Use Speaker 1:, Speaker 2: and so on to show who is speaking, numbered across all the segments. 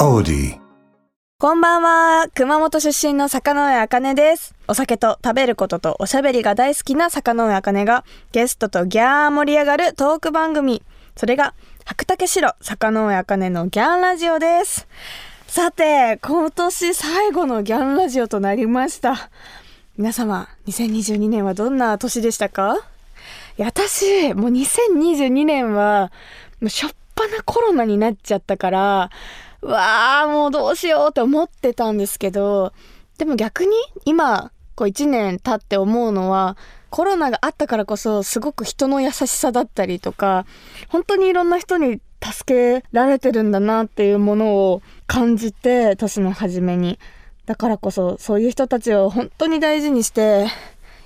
Speaker 1: Cody.
Speaker 2: こんばんは。熊本出身の坂上茜です。お酒と食べることとおしゃべりが大好きな坂上茜がゲストとギャー盛り上がるトーク番組。それが白竹城坂上茜のギャンラジオです。さて、今年最後のギャンラジオとなりました。皆様、2022年はどんな年でしたかいや私もう2022年はもうしょっぱなコロナになっちゃったからうわあもうどうしようって思ってたんですけどでも逆に今こう1年経って思うのはコロナがあったからこそすごく人の優しさだったりとか本当にいろんな人に助けられてるんだなっていうものを感じて年の初めにだからこそそういう人たちを本当に大事にして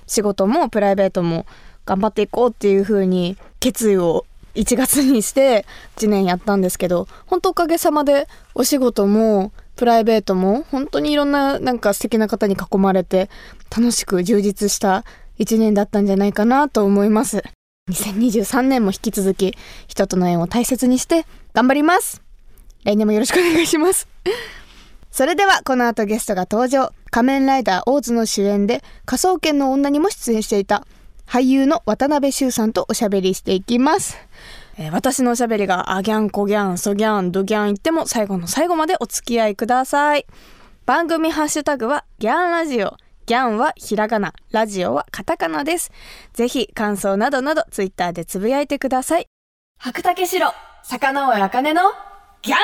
Speaker 2: 仕事もプライベートも頑張っていこうっていう風に決意を1月にして1年やったんですけど本当おかげさまでお仕事もプライベートも本当にいろんななんか素敵な方に囲まれて楽しく充実した1年だったんじゃないかなと思います2023年も引き続き人との縁を大切にして頑張ります来年もよろしくお願いしますそれではこの後ゲストが登場仮面ライダーオーズの主演で科捜研の女にも出演していた俳優の渡辺修さんとおしゃべりしていきます、えー私のおしゃべりがあギャンコギャンソギャンドギャン言っても最後の最後までお付き合いください番組ハッシュタグはギャンラジオギャンはひらがなラジオはカタカナですぜひ感想などなどツイッターでつぶやいてください白竹城坂上茜のギャンラジ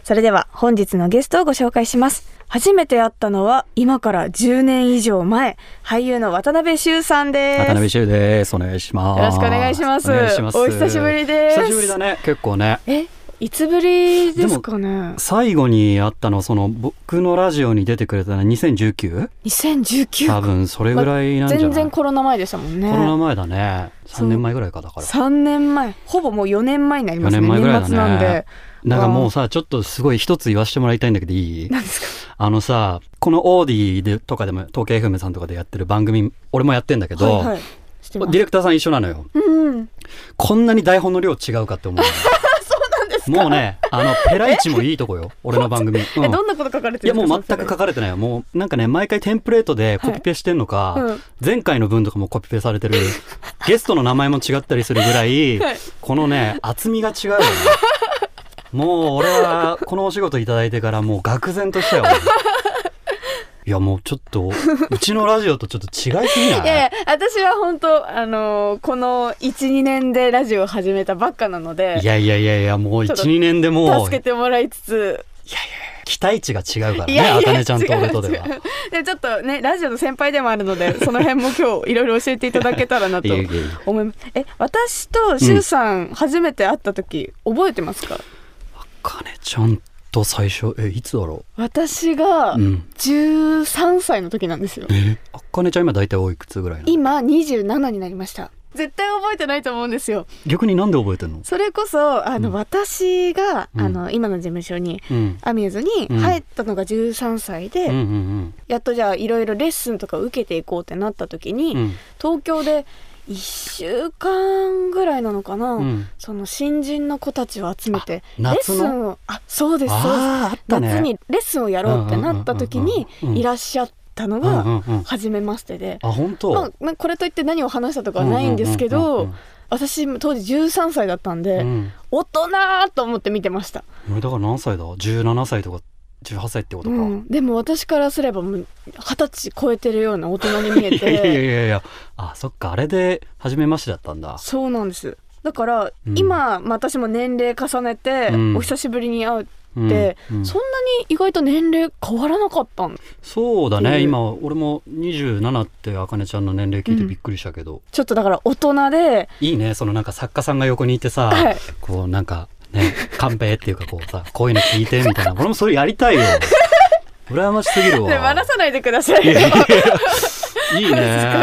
Speaker 2: オそれでは本日のゲストをご紹介します。初めて会ったのは今から10年以上前、俳優の渡辺修さんです。
Speaker 3: 渡辺修です。お願いします。
Speaker 2: よろしくお願いします。
Speaker 3: お願いします。
Speaker 2: お久しぶりです。
Speaker 3: 久しぶりだね。結構ね。
Speaker 2: え、いつぶりですかね。
Speaker 3: 最後に会ったのはその僕のラジオに出てくれたのは 2019? 多
Speaker 2: 2019
Speaker 3: 分それぐらいなんじゃない、
Speaker 2: 全然コロナ前でしたもんね。
Speaker 3: コロナ前だね。
Speaker 2: そう
Speaker 3: 3年前ぐらいかだから。
Speaker 2: 3年前、ほぼもう4年前になりますね。
Speaker 3: 4年前ぐらいだね
Speaker 2: 年末なんで。
Speaker 3: なんかもうさ、ちょっとすごい一つ言わせてもらいたいんだけどいい
Speaker 2: なんですか
Speaker 3: あのさ、このオーディでとかでも、東京 FM さんとかでやってる番組、俺もやってんだけど、
Speaker 2: はいはい。して
Speaker 3: デ
Speaker 2: ます
Speaker 3: ィレクターさん一緒なのよ。
Speaker 2: うんうん。
Speaker 3: こんなに台本の量違うかって思う。
Speaker 2: そうなんですか
Speaker 3: もう。ね、あの、ペライチもいいとこよ。俺の番組。う ん
Speaker 2: え、どんなこと書かれて
Speaker 3: い
Speaker 2: る
Speaker 3: や
Speaker 2: んですか
Speaker 3: もう全く書かれてないよもうなんかね毎回テンプレートでコピペしてんのか、
Speaker 2: はいうん
Speaker 3: 前回の分とかもコピペされ てるゲストの名前も違ったりするぐらい、
Speaker 2: はい
Speaker 3: このね厚みが違うよねもう俺はこのお仕事いただいてからもう愕然とした よいやもうちょっとうちのラジオとちょっと違いすぎない
Speaker 2: いやいや私は本当あのーこの12年でラジオを始めたばっかなので
Speaker 3: いやいやいやいやもう
Speaker 2: ちょっと
Speaker 3: 12年でもう
Speaker 2: 助けてもらいつつ
Speaker 3: 期待値が違うか
Speaker 2: い
Speaker 3: らね
Speaker 2: や
Speaker 3: あ
Speaker 2: い
Speaker 3: か
Speaker 2: や
Speaker 3: ねちゃんと俺とでは
Speaker 2: 違う違うでちょっとねラジオの先輩でもあるの でその辺も今日いろいろ教えていただけたらないと
Speaker 3: やいやいや
Speaker 2: 思いますえ私としゅうさん、初めて会った時覚えてますか
Speaker 3: あかねちゃんと最初えいつだろ
Speaker 2: 私が
Speaker 3: ううん
Speaker 2: 13歳の時なんですよ
Speaker 3: えあかねちゃん今大体おいくつぐらいなの
Speaker 2: 今27になりました絶対覚えてないと思うんですよ
Speaker 3: 逆になんで覚えてんの
Speaker 2: それこそあの、
Speaker 3: うん
Speaker 2: 私が、
Speaker 3: うん
Speaker 2: あの今の事務所に
Speaker 3: うん
Speaker 2: アミューズに入ったのが13歳で、
Speaker 3: うんうん
Speaker 2: やっとじゃあいろいろレッスンとか受けていこうってなった時に、
Speaker 3: うんうん
Speaker 2: 東京で1週間ぐらいなのかな、
Speaker 3: うん
Speaker 2: その新人の子たちを集めてレッ
Speaker 3: 夏
Speaker 2: スン
Speaker 3: の
Speaker 2: をあそうですそうです
Speaker 3: ああーあったね
Speaker 2: 夏にレッスンをやろうってなった時に
Speaker 3: うんうんうんうんうん
Speaker 2: いらっしゃったの
Speaker 3: うんう
Speaker 2: が
Speaker 3: んうん
Speaker 2: 初めましてで。
Speaker 3: あ本当
Speaker 2: まあまあ、これといって何を話したとかはないんですけど、
Speaker 3: うん
Speaker 2: 私当時13歳だったんで、
Speaker 3: うんうんうん
Speaker 2: 大人と思って見てました
Speaker 3: うん俺だから何歳だ17歳とか18歳ってことか、
Speaker 2: うん、でも私からすればもう二十歳超えてるような大人に見え
Speaker 3: いやいやいや
Speaker 2: て
Speaker 3: いやいやあそっかあれで初めましてだったんだ
Speaker 2: そうなんですだから、
Speaker 3: うん
Speaker 2: 今、まあ、私も年齢重ねて、
Speaker 3: うん
Speaker 2: お久しぶりに会う、
Speaker 3: でうん
Speaker 2: そんなに意外と年齢変わらなかったん
Speaker 3: そうだ
Speaker 2: って
Speaker 3: ね
Speaker 2: いう
Speaker 3: 今俺も27ってあかねちゃんの年齢聞いてびっくりしたけど、
Speaker 2: ちょっとだから大人で、
Speaker 3: いいねそのなんか作家さんが横にいてさ、
Speaker 2: はい、
Speaker 3: こうなんかね、カンペっていうかこうさ、こういうの聞いてみたいな。俺もそれやりた いよ。羨ましすぎるわ。
Speaker 2: で 笑さないでください
Speaker 3: いやいやいやいいね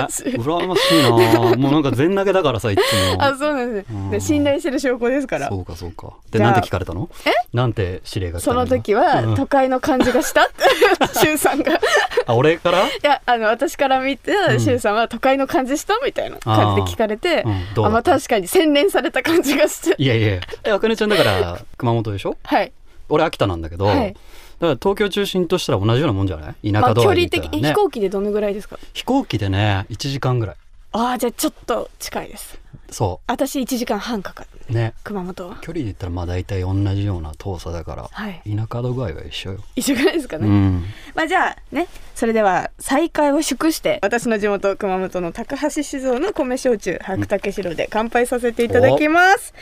Speaker 2: 恥ずかしい
Speaker 3: 羨ましいなもうなんか全投げだからさいつ も
Speaker 2: あそうなんですね、
Speaker 3: うん
Speaker 2: で信頼してる証拠ですから
Speaker 3: そうかそうかで
Speaker 2: じゃあ
Speaker 3: なんて聞かれたのえなんて指令が来た
Speaker 2: そ
Speaker 3: の
Speaker 2: の
Speaker 3: 今
Speaker 2: 時
Speaker 3: う
Speaker 2: は
Speaker 3: ん
Speaker 2: 都会の感じがしたって シュウさんがい
Speaker 3: あ俺から、
Speaker 2: やあの私から見て、
Speaker 3: ん
Speaker 2: シュウさんは都会の感じしたみたいな感じで聞かれて、
Speaker 3: うん、どう
Speaker 2: あま
Speaker 3: だ
Speaker 2: あ
Speaker 3: った
Speaker 2: 確かに洗練された感じがして
Speaker 3: いやいやいやえあかねちゃんだから熊本でしょ
Speaker 2: はい
Speaker 3: 俺秋田なんだけど、
Speaker 2: はい
Speaker 3: だから東京中心としたら同じようなもんじゃない田
Speaker 2: ま
Speaker 3: 舎
Speaker 2: あ、距
Speaker 3: 通
Speaker 2: 離
Speaker 3: りで言
Speaker 2: 的、
Speaker 3: ったらね
Speaker 2: 飛行機でどのぐらいですか
Speaker 3: 飛行機でね1時間ぐらい
Speaker 2: ああじゃあちょっと近いです
Speaker 3: そ
Speaker 2: 私1時間半かかる
Speaker 3: うね
Speaker 2: 熊本は
Speaker 3: 距離で言ったらまあ大体同じような遠さだから
Speaker 2: はい
Speaker 3: 田舎の具合は一緒よ、
Speaker 2: 一緒ぐらいですかね、
Speaker 3: うん
Speaker 2: まあじゃあねそれでは再会を祝して私の地元熊本の高橋酒造の米焼酎白竹白で乾杯させていただきます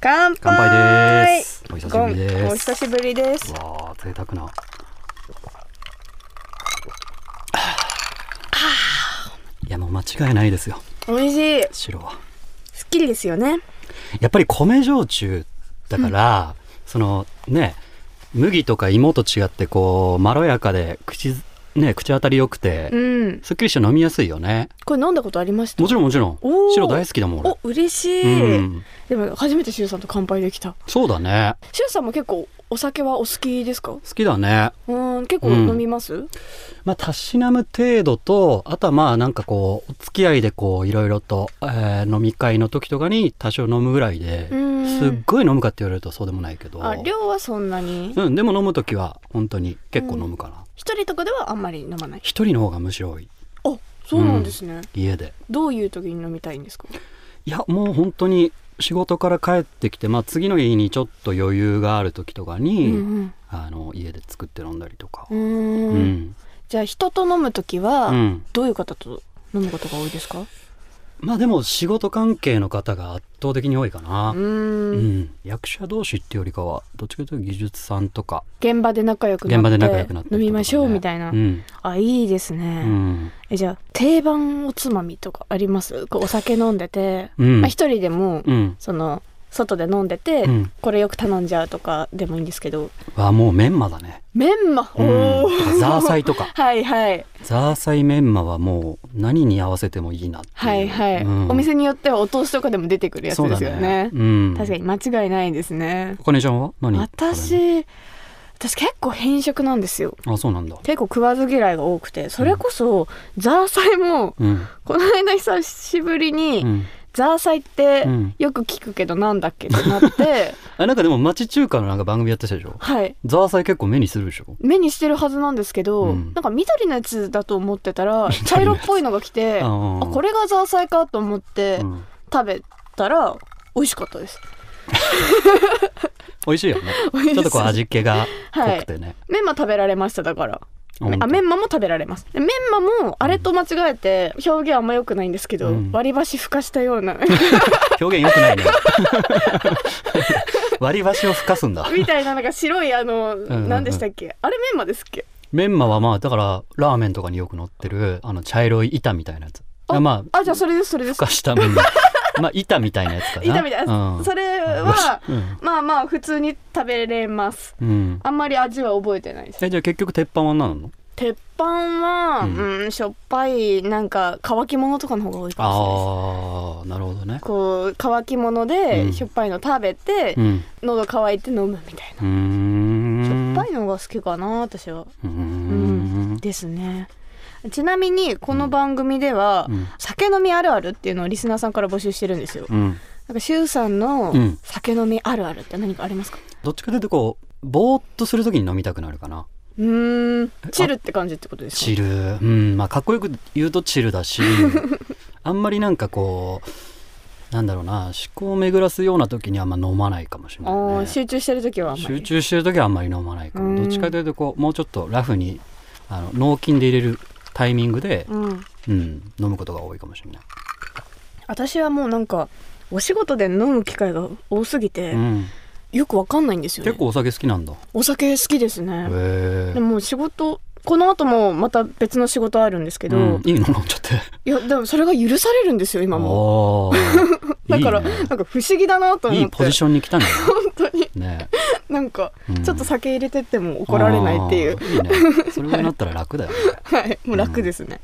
Speaker 2: 乾杯
Speaker 3: 乾杯ですお久し
Speaker 2: ゴン
Speaker 3: ぶりです
Speaker 2: お久しぶりです
Speaker 3: うわー贅沢なあいやもう間違いないですよ
Speaker 2: 美味しい
Speaker 3: 白は
Speaker 2: すっきりですよね
Speaker 3: やっぱり米焼酎だから、そのね麦とか芋と違ってこうまろやかで口,、ね、口当たり良くて、
Speaker 2: うん
Speaker 3: すっきりして飲みやすいよね
Speaker 2: これ飲んだことありました
Speaker 3: もちろんもちろん
Speaker 2: おー
Speaker 3: 白大好きだもん俺
Speaker 2: お嬉しい、
Speaker 3: うん、
Speaker 2: でも初めてしゅうさんと乾杯できた
Speaker 3: そうだね
Speaker 2: しゅうさんも結構お酒はお好きですか
Speaker 3: 好きだね
Speaker 2: うん結構
Speaker 3: うん
Speaker 2: 飲みます、
Speaker 3: まあたしなむ程度とあとはまあなんかこうお付き合いでこういろいろと、えー飲み会の時とかに多少飲むぐらいで、
Speaker 2: うん
Speaker 3: すっごい飲むかって言われるとそうでもないけど
Speaker 2: あ量はそんなに
Speaker 3: うん、でも飲む時は本当に結構飲むかな
Speaker 2: 一人とかではあんまり飲まない
Speaker 3: 一、人の方がむしろ多い
Speaker 2: あそうなんですね、
Speaker 3: 家で
Speaker 2: どういう時に飲みたいんですか
Speaker 3: いやもう本当に仕事から帰ってきて、まあ、次の日にちょっと余裕がある時とか
Speaker 2: う
Speaker 3: に、
Speaker 2: ん
Speaker 3: あの家で作って飲んだりとか
Speaker 2: う、
Speaker 3: うん
Speaker 2: うん
Speaker 3: ん
Speaker 2: じゃあ人と飲む時は、
Speaker 3: うん
Speaker 2: どういう方と飲むことが多いですか
Speaker 3: まあでも仕事関係の方が圧倒的に多いかな、
Speaker 2: う
Speaker 3: うん
Speaker 2: ん
Speaker 3: 役者同士ってよりかはどっちかというと技術さんとか
Speaker 2: 現場で仲良くなって
Speaker 3: 現場で仲良くなって
Speaker 2: 飲みましょうみたいな、
Speaker 3: うん
Speaker 2: あいいです
Speaker 3: う
Speaker 2: ね、
Speaker 3: ん
Speaker 2: えじゃあ定番おつまみとかありますこうお酒飲んでて、
Speaker 3: うん
Speaker 2: まあ、一人でも、
Speaker 3: うん
Speaker 2: その外で飲んでて、
Speaker 3: うん
Speaker 2: これよく頼んじゃうとかでもいいんですけど
Speaker 3: はもうメンマだね、
Speaker 2: メンマ、
Speaker 3: うん、
Speaker 2: おー
Speaker 3: とかザーサイとか
Speaker 2: はいはい
Speaker 3: ザーサイメンマはもう何に合わせてもいいなっていう
Speaker 2: はいはい、
Speaker 3: うん
Speaker 2: お店によってはお通しとかでも出てくるやつですよね
Speaker 3: そうだうん、
Speaker 2: 確かに間違いないですね
Speaker 3: お金ちゃんは何食べる
Speaker 2: 私私結構偏食なんですよ
Speaker 3: のあそうなんだ
Speaker 2: 結構食わず嫌いが多くてそれこそ、ザーサイも
Speaker 3: うん
Speaker 2: この間久しぶりに、
Speaker 3: うん
Speaker 2: ザーサイって
Speaker 3: うん
Speaker 2: よく聞くけどなんだっけってな って、
Speaker 3: あなんかでも町中華のなんか番組やってたでしょ
Speaker 2: はい
Speaker 3: ザーサイ結構目にするでしょ
Speaker 2: 目にしてるはずなんですけど、
Speaker 3: うん
Speaker 2: なんか緑のやつだと思ってたら
Speaker 3: のやつ
Speaker 2: 茶色っぽいのが来てあ
Speaker 3: あ
Speaker 2: こ
Speaker 3: れ、
Speaker 2: れがザーサイかと思って
Speaker 3: うん、
Speaker 2: 食べたら美味しかったです
Speaker 3: 美味しいよね
Speaker 2: 美味しい
Speaker 3: ちょっとこう味気が濃くてね、
Speaker 2: メンマ食べられましただから
Speaker 3: ほんと
Speaker 2: あメンマも食べられますでメンマもあれと間違えて表現あんま良くないんですけど、
Speaker 3: うん
Speaker 2: 割り箸ふかしたような
Speaker 3: 表現良くないね割り箸をふかすんだ
Speaker 2: みたいななんか白いあの
Speaker 3: うん
Speaker 2: 何でしたっけあれメンマですっけ
Speaker 3: メンマはまあだからラーメンとかによく乗ってるあの茶色い板みたいなやつ
Speaker 2: あ
Speaker 3: まあ
Speaker 2: あじゃあそれですそれで
Speaker 3: ふ
Speaker 2: す
Speaker 3: かし たメンマまあ板みたいなやつかな
Speaker 2: 板みたいな、
Speaker 3: うん、
Speaker 2: それは
Speaker 3: うん
Speaker 2: まあまあ普通に食べれます
Speaker 3: うん
Speaker 2: あんまり味は覚えてないです
Speaker 3: えじゃあ結局鉄板は何なの
Speaker 2: 鉄板は、
Speaker 3: う
Speaker 2: うん、しょっぱいなんか乾き物とかの方が多いかもしれないです
Speaker 3: ああなるほどね
Speaker 2: こう乾き物
Speaker 3: う
Speaker 2: で
Speaker 3: ん
Speaker 2: しょっぱいの食べて、
Speaker 3: うん
Speaker 2: 喉乾いて飲むみたいう
Speaker 3: ーん
Speaker 2: な、しょっぱいのが好きかな私は
Speaker 3: うーん
Speaker 2: ですねちなみにこの番組では、
Speaker 3: うん
Speaker 2: 酒飲みあるあるっていうのをリスナーさんから募集してるんですよ、
Speaker 3: うん
Speaker 2: なんかしゅうさんの
Speaker 3: うん
Speaker 2: 酒飲みあるあるって何かありますか
Speaker 3: どっちかというとこうぼーっとするときに飲みたくなるかな
Speaker 2: うーんチルって感じってことですか
Speaker 3: チルうんまあかっこよく言うとチルだ しあんまりなんかこうなんだろうな思考を巡らすような時にはあんま飲まないかもしれない、
Speaker 2: あー
Speaker 3: ね、
Speaker 2: 集中してる時はあんまり
Speaker 3: 集中してる時はあんまり飲まないか
Speaker 2: うん
Speaker 3: もどっちかというとこうもうちょっとラフにあの脳筋で入れるタイミングで、
Speaker 2: うん
Speaker 3: うん、飲むことが多いかもしれない、
Speaker 2: 私はもうなんかお仕事で飲む機会が多すぎて、
Speaker 3: うん、
Speaker 2: よくわかんないんですよね
Speaker 3: 結構お酒好きなんだへ
Speaker 2: お酒好きです
Speaker 3: え
Speaker 2: ねでも仕事この後もまた別の仕事あるんですけど、
Speaker 3: うん、いいの飲んじゃって
Speaker 2: いやでもそれが許されるんです よ今も
Speaker 3: おー
Speaker 2: だから
Speaker 3: いい,、ね
Speaker 2: なんか不思議だなと思っ
Speaker 3: い
Speaker 2: て
Speaker 3: いポジション に来たんだよ
Speaker 2: 本当に
Speaker 3: ね
Speaker 2: なんか
Speaker 3: うん
Speaker 2: ちょっと酒入れてっても怒られないっていう、
Speaker 3: あーいいねそれぐらいになったら楽だ よね、
Speaker 2: はいもう楽ですね、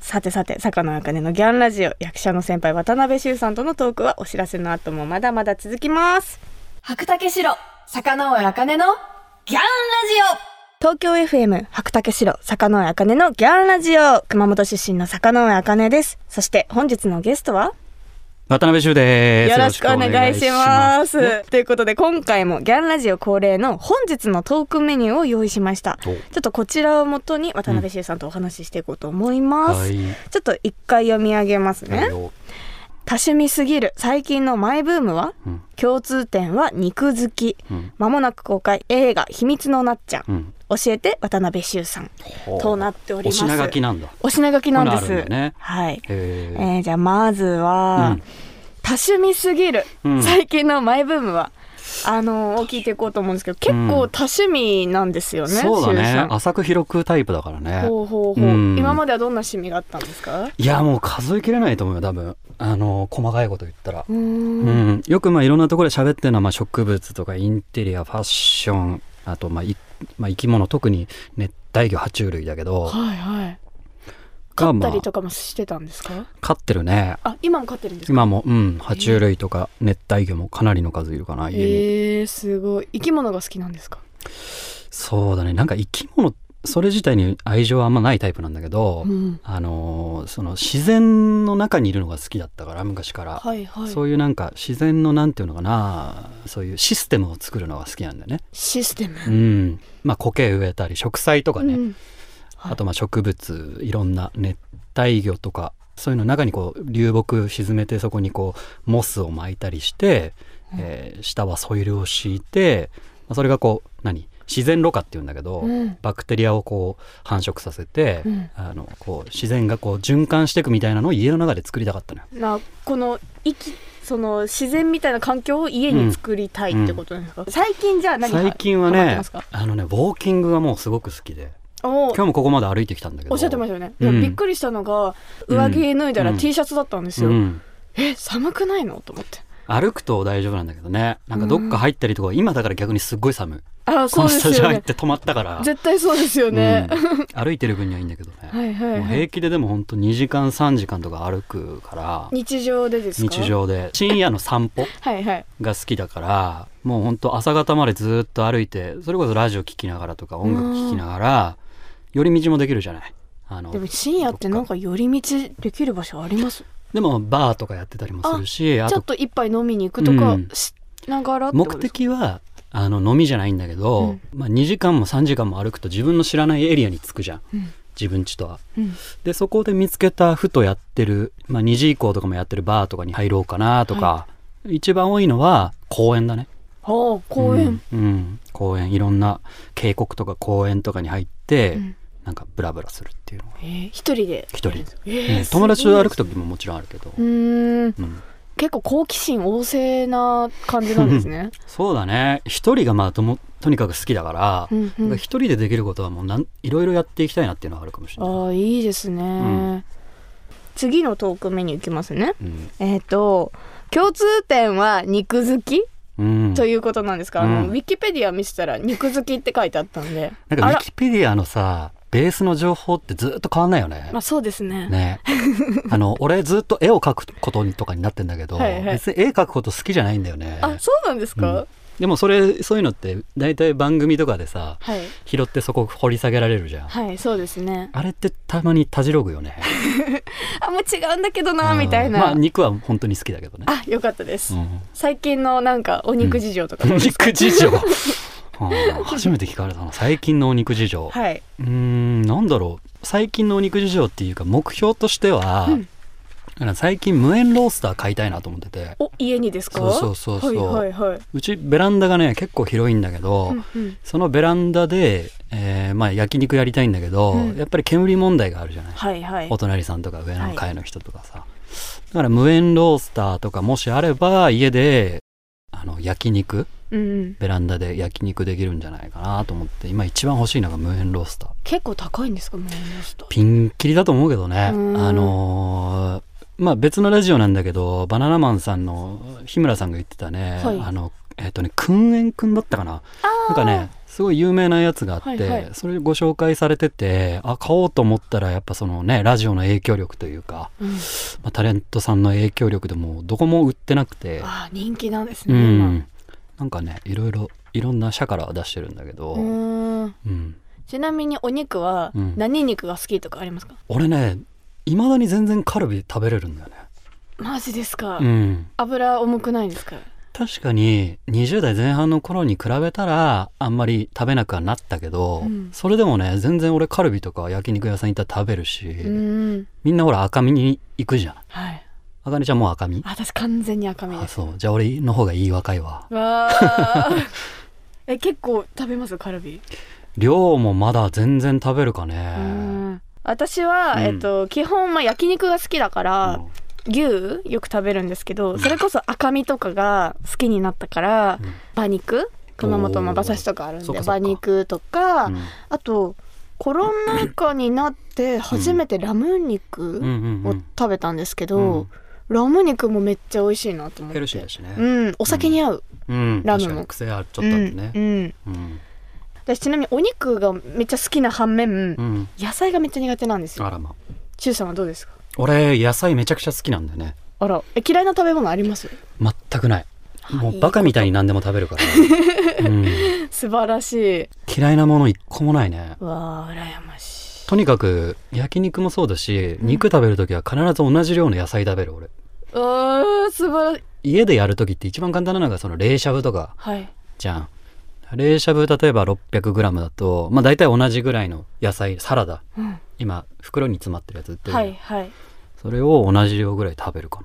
Speaker 2: さてさて坂野茜のギャンラジオ役者の先輩渡辺修さんとのトークはお知らせの後もまだまだ続きます白竹城坂野茜のギャンラジオ東京 FM 白竹城坂野茜のギャンラジオ熊本出身の坂野茜ですそして本日のゲストは
Speaker 3: 渡辺修です
Speaker 2: よろしくお願いします。ということで今回もギャンラジオ恒例の本日のトークメニューを用意しました。ち
Speaker 3: お
Speaker 2: ょっとこちらをもとに渡辺修さんとお話ししていこうと思います。
Speaker 3: はい
Speaker 2: ちょっと一回読み上げます
Speaker 3: は
Speaker 2: ね
Speaker 3: い。よ
Speaker 2: 多趣味すぎる最近のマイブームは
Speaker 3: うん
Speaker 2: 共通点は肉好き。
Speaker 3: うん
Speaker 2: まもなく公開映画秘密のなっちゃん。
Speaker 3: うん
Speaker 2: 教えて渡辺修さん
Speaker 3: ほう
Speaker 2: となっており
Speaker 3: お
Speaker 2: ます。
Speaker 3: 品書きなんだ
Speaker 2: お品書きなんです。
Speaker 3: こんなのあるんだね
Speaker 2: はい。
Speaker 3: へー
Speaker 2: えーじゃあまずは、
Speaker 3: うん
Speaker 2: 多趣味すぎる、
Speaker 3: うん
Speaker 2: 最近のマイブームはあのー、を聞いていこうと思うんですけど結構多趣味なんですよね、
Speaker 3: そう
Speaker 2: シュウさ
Speaker 3: だね
Speaker 2: ん
Speaker 3: 浅く広くタイプだからね
Speaker 2: ほうほうほう、
Speaker 3: うん
Speaker 2: 今まではどんな趣味があったんですか
Speaker 3: いやもう数えきれないと思うよ多分あの細かいこと言ったら
Speaker 2: うーん
Speaker 3: うん、よくまあいろんなところで喋ってるのはまあ植物とかインテリアファッションあとまあい、まあ、生き物特に熱帯魚爬虫類だけど
Speaker 2: はいはい
Speaker 3: が
Speaker 2: 飼っ
Speaker 3: ま
Speaker 2: た
Speaker 3: あ
Speaker 2: りとかもしてたんですか
Speaker 3: 飼ってるね
Speaker 2: あ今も飼ってるんですか
Speaker 3: 今もうん爬虫類とか熱帯魚もかなりの数いるかな家に、
Speaker 2: えー、すごい生き物が好きなんですか
Speaker 3: そうだねなんか生き物それ自体に愛情はあんまないタイプなんだけど、
Speaker 2: うん
Speaker 3: あのーその自然の中にいるのが好きだったから昔から、
Speaker 2: はいはい
Speaker 3: そういうなんか自然のなんていうのかなそういうシステムを作るのが好きなんだよね
Speaker 2: システム、
Speaker 3: うん、まあ苔植えたり植栽とかね、
Speaker 2: うん
Speaker 3: あとまあ植物いろんな熱帯魚とかそういうの中にこう流木沈めてそこにこうモスを巻いたりして、えー下はソイルを敷いて、まあそれがこう何自然ろ過っていうんだけど、
Speaker 2: うん
Speaker 3: バクテリアをこう繁殖させて、
Speaker 2: うん
Speaker 3: あのこう自然がこう循環していくみたいなのを家の中で作りたかったのよ。
Speaker 2: なこの息その自然みたいな環境を家に作りたいってことなんですか、最近じゃあ何が
Speaker 3: 最近は
Speaker 2: ハマって
Speaker 3: ね
Speaker 2: ますか
Speaker 3: あのねウォーキングがもうすごく好きで
Speaker 2: お
Speaker 3: 今日もここまで歩いてきたんだけど
Speaker 2: おっしゃってましたよね、
Speaker 3: うん
Speaker 2: いやびっくりしたのが上着脱いだら
Speaker 3: うん
Speaker 2: T シャツだったんですよ、
Speaker 3: うん
Speaker 2: え寒くないのと思って
Speaker 3: 歩くと大丈夫なんだけどねなんかどっか入ったりとか、今だから逆にすっごい寒い
Speaker 2: あ
Speaker 3: こ
Speaker 2: そう
Speaker 3: の
Speaker 2: で
Speaker 3: ス
Speaker 2: す
Speaker 3: タジオ
Speaker 2: よ
Speaker 3: 入っ
Speaker 2: ね
Speaker 3: て止まったから、
Speaker 2: 絶対そうですよね、
Speaker 3: うん歩いてる分にはいいんだけどね、
Speaker 2: はいはい、
Speaker 3: もう
Speaker 2: は
Speaker 3: 平
Speaker 2: い、
Speaker 3: 気ででもほんと2時間3時間とか歩くから
Speaker 2: 日常でですか
Speaker 3: 日常で深夜の散歩
Speaker 2: はいはい
Speaker 3: が好きだからもうほんと朝方までずっと歩いてそれこそラジオ聴きながらとか音楽聴きながら寄り道もできるじゃないあの
Speaker 2: でも深夜ってなんか寄り道できる場所あります
Speaker 3: でもバーとかやってたりもするしあ
Speaker 2: ちょ
Speaker 3: と
Speaker 2: っと一杯飲みに行くとか
Speaker 3: うん
Speaker 2: しながらってこと
Speaker 3: 目
Speaker 2: ですか
Speaker 3: 的はあの飲みじゃないんだけど、
Speaker 2: うん
Speaker 3: まあ、2時間も3時間も歩くと自分の知らないエリアに着くじゃん、
Speaker 2: うん
Speaker 3: 自分家とは。
Speaker 2: うん
Speaker 3: でそこで見つけたふとやってる、まあ、2時以降とかもやってるバーとかに入ろうかなとか、一番多いのは公園だね。
Speaker 2: ああ公園、
Speaker 3: うん、うん公園いろんな渓谷とか公園とかに入って、
Speaker 2: うん
Speaker 3: なんかブラブラするっていうのが、
Speaker 2: えー一人で
Speaker 3: 一人
Speaker 2: えー
Speaker 3: ね
Speaker 2: すごい
Speaker 3: 友達と歩く時ももちろんあるけど、
Speaker 2: うーん
Speaker 3: うん
Speaker 2: 結構好奇心旺盛な感じなんですね。
Speaker 3: そうだね一人がまあともとにかく好きだから、
Speaker 2: うんう
Speaker 3: なん
Speaker 2: ん
Speaker 3: か一人でできることはもうなんいろいろやっていきたいなっていうのはあるかもしれない。
Speaker 2: ああいいですね、
Speaker 3: ん
Speaker 2: 次のトーク目に行きますね。
Speaker 3: うん
Speaker 2: えっ、と共通点は肉好き
Speaker 3: うん、
Speaker 2: ということなんですか、あ
Speaker 3: う
Speaker 2: の
Speaker 3: ん
Speaker 2: ウィキペディア見せたら肉好きって書いてあったんで。
Speaker 3: なんかウ
Speaker 2: あ
Speaker 3: ィ
Speaker 2: ら
Speaker 3: キペディアのさベースの情報ってずっと変わんないよね
Speaker 2: ま。あそうですね。
Speaker 3: ねあの俺ずっと絵を描くことにとかになってんだけど、
Speaker 2: はいはい
Speaker 3: 別に絵描くこと好きじゃないんだよね。
Speaker 2: あそうなんですか、
Speaker 3: うんでもそれそういうのって大体番組とかでさ
Speaker 2: はい
Speaker 3: 拾ってそこ掘り下げられるじゃん。
Speaker 2: はいそうですね。
Speaker 3: あれってたまにたじろぐよね。
Speaker 2: あもう違うんだけどなみたい
Speaker 3: うんま
Speaker 2: な。
Speaker 3: あ肉は本当に好きだけどね。
Speaker 2: あよかったです、
Speaker 3: うん
Speaker 2: 最近のなんかお肉事情とかどうですか、
Speaker 3: 肉事情うん初めて聞かれたな最近のお肉事情、
Speaker 2: はい。
Speaker 3: うーんなんだろう最近のお肉事情っていうか目標としては、
Speaker 2: うん
Speaker 3: だから最近無塩ロースター買いたいなと思ってて
Speaker 2: お家にですか
Speaker 3: そうそうそうそう
Speaker 2: はいはいはい。
Speaker 3: うちベランダがね結構広いんだけ
Speaker 2: う
Speaker 3: ど、
Speaker 2: んうん
Speaker 3: そのベランダで、えーまあ、焼肉やりたいんだけど、
Speaker 2: うん
Speaker 3: やっぱり煙問題があるじゃない、
Speaker 2: はいはい
Speaker 3: お。隣さんとか上の階の人とかさ、だから無塩ロースターとかもしあれば家であの焼肉
Speaker 2: うんうん、
Speaker 3: ベランダで焼肉できるんじゃないかなと思って今一番欲しいのが無塩ロースター
Speaker 2: 結構高いんですか、メインロスト。
Speaker 3: ピンキリだと思うけどね
Speaker 2: う
Speaker 3: あ
Speaker 2: ん
Speaker 3: のーまあ別のラジオなんだけどバナナマンさんの日村さんが言ってたね、
Speaker 2: はい
Speaker 3: あのえっ、とね訓練くんだったかななんかねすごい有名なやつがあって、
Speaker 2: はいはい
Speaker 3: それご紹介されててあ買おうと思ったらやっぱそのねラジオの影響力というか、
Speaker 2: うん、
Speaker 3: まあ、タレントさんの影響力でもうどこも売ってなくて
Speaker 2: あー人気なんです
Speaker 3: う
Speaker 2: ね。
Speaker 3: んなんかねいろいろいろんな社からは出してるんだけど、
Speaker 2: 今うーん
Speaker 3: うん、
Speaker 2: ちなみにお肉は
Speaker 3: うん
Speaker 2: 何肉が好きとかありますか。
Speaker 3: 俺ねいまだに全然カルビ食べれるんだよね
Speaker 2: マジですか、
Speaker 3: うん、
Speaker 2: 油重くないですか
Speaker 3: 確かに20代前半の頃に比べたらあんまり食べなくはなったけど、
Speaker 2: うん
Speaker 3: それでもね全然俺カルビとか焼肉屋さん行ったら食べるし、
Speaker 2: うん
Speaker 3: みんなほら赤身に行くじゃん
Speaker 2: はい
Speaker 3: あかねちゃんもう赤身
Speaker 2: あ私完全に赤身
Speaker 3: あ
Speaker 2: です
Speaker 3: そうじゃあ俺の方がいい若いわ
Speaker 2: わあ え結構食べますカルビ、
Speaker 3: 量もまだ全然食べるかね
Speaker 2: うん私は、
Speaker 3: うん
Speaker 2: えっと基本まあ焼肉が好きだか
Speaker 3: う
Speaker 2: ら
Speaker 3: ん、
Speaker 2: 牛よく食べるんですけどそれこそ赤身とかが好きになったから、
Speaker 3: うん
Speaker 2: 馬肉熊本も馬刺しとかあるん
Speaker 3: そっ
Speaker 2: で
Speaker 3: かそっか
Speaker 2: 馬肉とか、
Speaker 3: うん
Speaker 2: あとコロナ禍になって初めてラム
Speaker 3: う
Speaker 2: 肉
Speaker 3: んうんう
Speaker 2: を
Speaker 3: ん
Speaker 2: 食べたんですけど、
Speaker 3: うん
Speaker 2: ラム肉もめっちゃ美味しいなと思って
Speaker 3: ヘルシーだしね、
Speaker 2: うん、お酒に合う、
Speaker 3: うん
Speaker 2: ラムも
Speaker 3: 確かに癖あるちょっとあるね
Speaker 2: うんうん
Speaker 3: うん、
Speaker 2: 私ちなみにお肉がめっちゃ好きな反面、
Speaker 3: うん
Speaker 2: 野菜がめっちゃ苦手なんですよ
Speaker 3: あらま
Speaker 2: チュウさんはどうですか
Speaker 3: 俺野菜めちゃくちゃ好きなんだよね
Speaker 2: あらえ嫌いな食べ物あり ます
Speaker 3: 全くないも
Speaker 2: いうい
Speaker 3: バカみたいに何でも食べるから、 うん
Speaker 2: 素晴らしい
Speaker 3: 嫌いなもの一個もないね
Speaker 2: わあ羨ましい
Speaker 3: とにかく焼肉もそうだし、
Speaker 2: うん
Speaker 3: 肉食べるときは必ず同じ量の野菜食べる俺
Speaker 2: あー素晴らしい
Speaker 3: 家でやるときって一番簡単なのがその冷しゃぶとか
Speaker 2: はい
Speaker 3: じゃん冷しゃぶ例えば 600g だとまあ大体同じぐらいの野菜サラダ
Speaker 2: うん
Speaker 3: 今袋に詰まってるやつ売ってる、
Speaker 2: はいはい
Speaker 3: それを同じ量ぐらい食べるか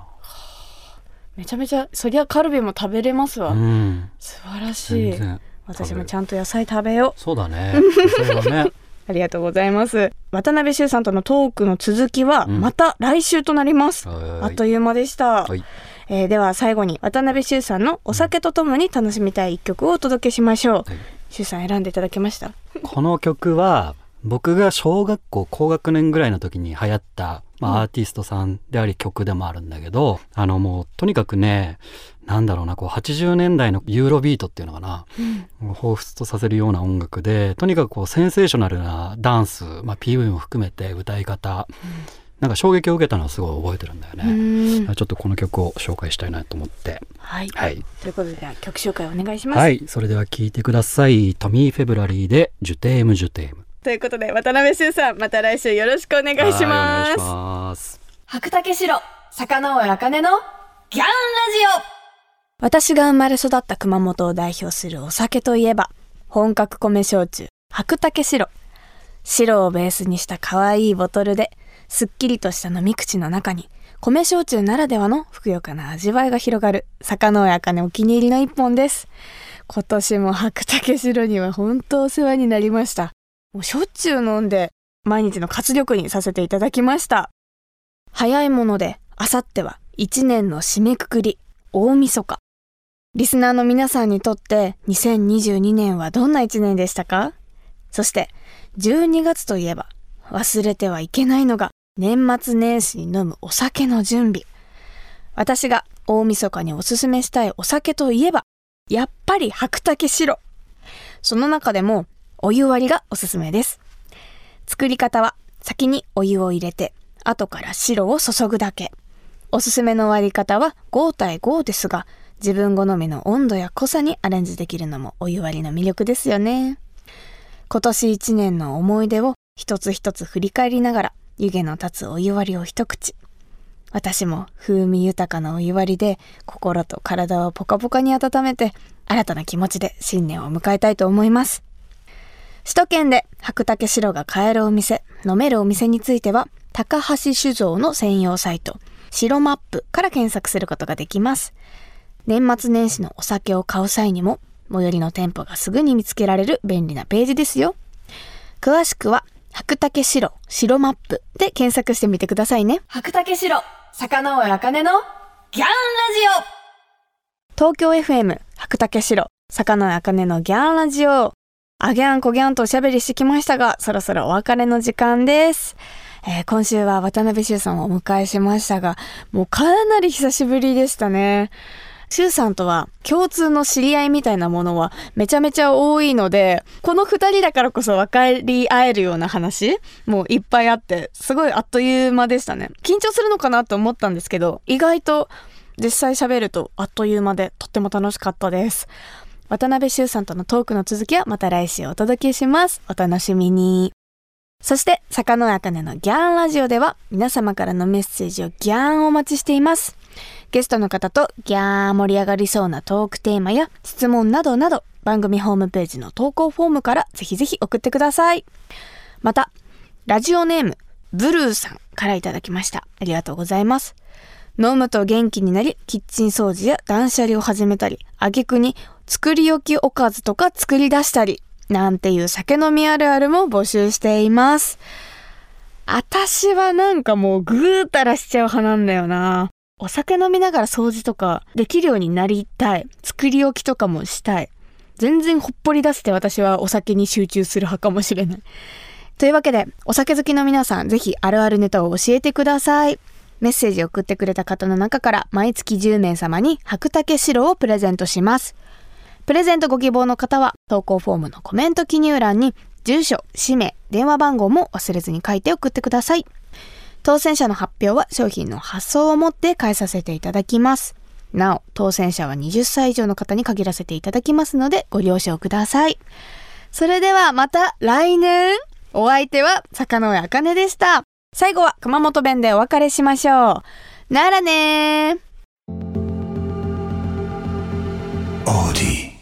Speaker 2: めちゃめちゃそりゃカルビも食べれます
Speaker 3: な
Speaker 2: わ、
Speaker 3: うん
Speaker 2: 素晴らし
Speaker 3: 全
Speaker 2: い
Speaker 3: 然
Speaker 2: 私もちゃんと野菜食べよ
Speaker 3: そう だねそれはね
Speaker 2: うありがとうございます渡辺修さんとのトークの続きは
Speaker 3: うん
Speaker 2: また来週となります、あ
Speaker 3: あ
Speaker 2: っという間でした、
Speaker 3: はい
Speaker 2: えーでは最後に渡辺修さんのお酒とともに楽しみたい一曲をお届けしましょう
Speaker 3: はい
Speaker 2: 修、さん選んでいただけました
Speaker 3: この曲は僕が小学校高学年ぐらいの時に流行った、ま
Speaker 2: うん
Speaker 3: あ、アーティストさんであり曲でもあるんだけど、あのもうとにかくねなんだろうなこう80年代のユーロビートっていうのかな、もう彷彿とさせるような音楽でとにかくこうセンセーショナルなダンス、まあ、PV も含めて歌い方、なんか衝撃を受けたのはすごい覚えてるんだよ
Speaker 2: う
Speaker 3: ね、
Speaker 2: ーん
Speaker 3: ちょっとこの曲を紹介したいなと思って
Speaker 2: はい、
Speaker 3: はい、
Speaker 2: ということででは曲紹介お願いします、
Speaker 3: はい、それでは聴いてくださいトミー・フェブラリーで「ジュテーム・ジュテーム」
Speaker 2: ということで渡辺修さんまた来週よろしくお願いしま
Speaker 3: はいお願
Speaker 2: す
Speaker 3: いします
Speaker 2: 白竹城坂上茜のギャンラジオ私が生まれ育った熊本を代表するお酒といえば本格米焼酎白竹城白をベースにした可愛いボトルですっきりとした飲み口の中に米焼酎ならではのふくよかな味わいが広がる坂上茜お気に入りの一本です今年も白竹城には本当お世話になりましたもうしょっちゅう飲んで毎日の活力にさせていただきました早いものであさっては一年の締めくくり大晦日リスナーの皆さんにとって2022年はどんな一年でしたかそして12月といえば忘れてはいけないのが年末年始に飲むお酒の準備私が大晦日におすすめしたいお酒といえばやっぱり白竹白その中でもお湯割りがおすすめです作り方は先にお湯を入れて後から白を注ぐだけおすすめの割り方は5対5ですが自分好みの温度や濃さにアレンジできるのもお湯割りの魅力ですよね今年一年の思い出を一つ一つ振り返りながら湯気の立つお湯割りを一口私も風味豊かなお湯割りで心と体をポカポカに温めて新たな気持ちで新年を迎えたいと思います首都圏で白竹白が買えるお店飲めるお店については高橋酒造の専用サイト白マップから検索することができます年末年始のお酒を買う際にも最寄りの店舗がすぐに見つけられる便利なページですよ詳しくは白竹白白マップで検索してみてくださいね白竹白坂上茜のギャンラジオ東京 FM 白竹城坂野茜のギャンラジオあギャンこギャンとおしゃべりしてきましたがそろそろお別れの時間です、えー今週は渡辺修さんをお迎えしましたがもうかなり久しぶりでしたね修さんとは共通の知り合いみたいなものはめちゃめちゃ多いのでこの2人だからこそ分かり合えるような話もういっぱいあってすごいあっという間でしたね緊張するのかなと思ったんですけど意外と実際喋るとあっという間でとっても楽しかったです渡辺修さんとのトークの続きはまた来週お届けしますお楽しみにそして、坂のあかねのギャンラジオでは、皆様からのメッセージをギャンお待ちしています。ゲストの方とギャー盛り上がりそうなトークテーマや質問などなど、番組ホームページの投稿フォームからぜひぜひ送ってください。また、ラジオネーム、ブルーさんからいただきました。ありがとうございます。飲むと元気になり、キッチン掃除や断捨離を始めたり、挙句に作り置きおかずとか作り出したり、なんていう酒飲みあるあるも募集しています。私はなんかもうぐーたらしちゃう派なんだよな。お酒飲みながら掃除とかできるようになりたい。作り置きとかもしたい。全然ほっぽり出して私はお酒に集中する派かもしれない。というわけで、お酒好きの皆さん、ぜひあるあるネタを教えてください。メッセージを送ってくれた方の中から、毎月10名様に白竹白をプレゼントします。プレゼントご希望の方は、投稿フォームのコメント記入欄に、住所、氏名、電話番号も忘れずに書いて送ってください。当選者の発表は商品の発送をもって返させていただきます。なお、当選者は20歳以上の方に限らせていただきますので、ご了承ください。それではまた来年お相手は坂上茜でした。最後は熊本弁でお別れしましょう。ならねー。
Speaker 1: オーディ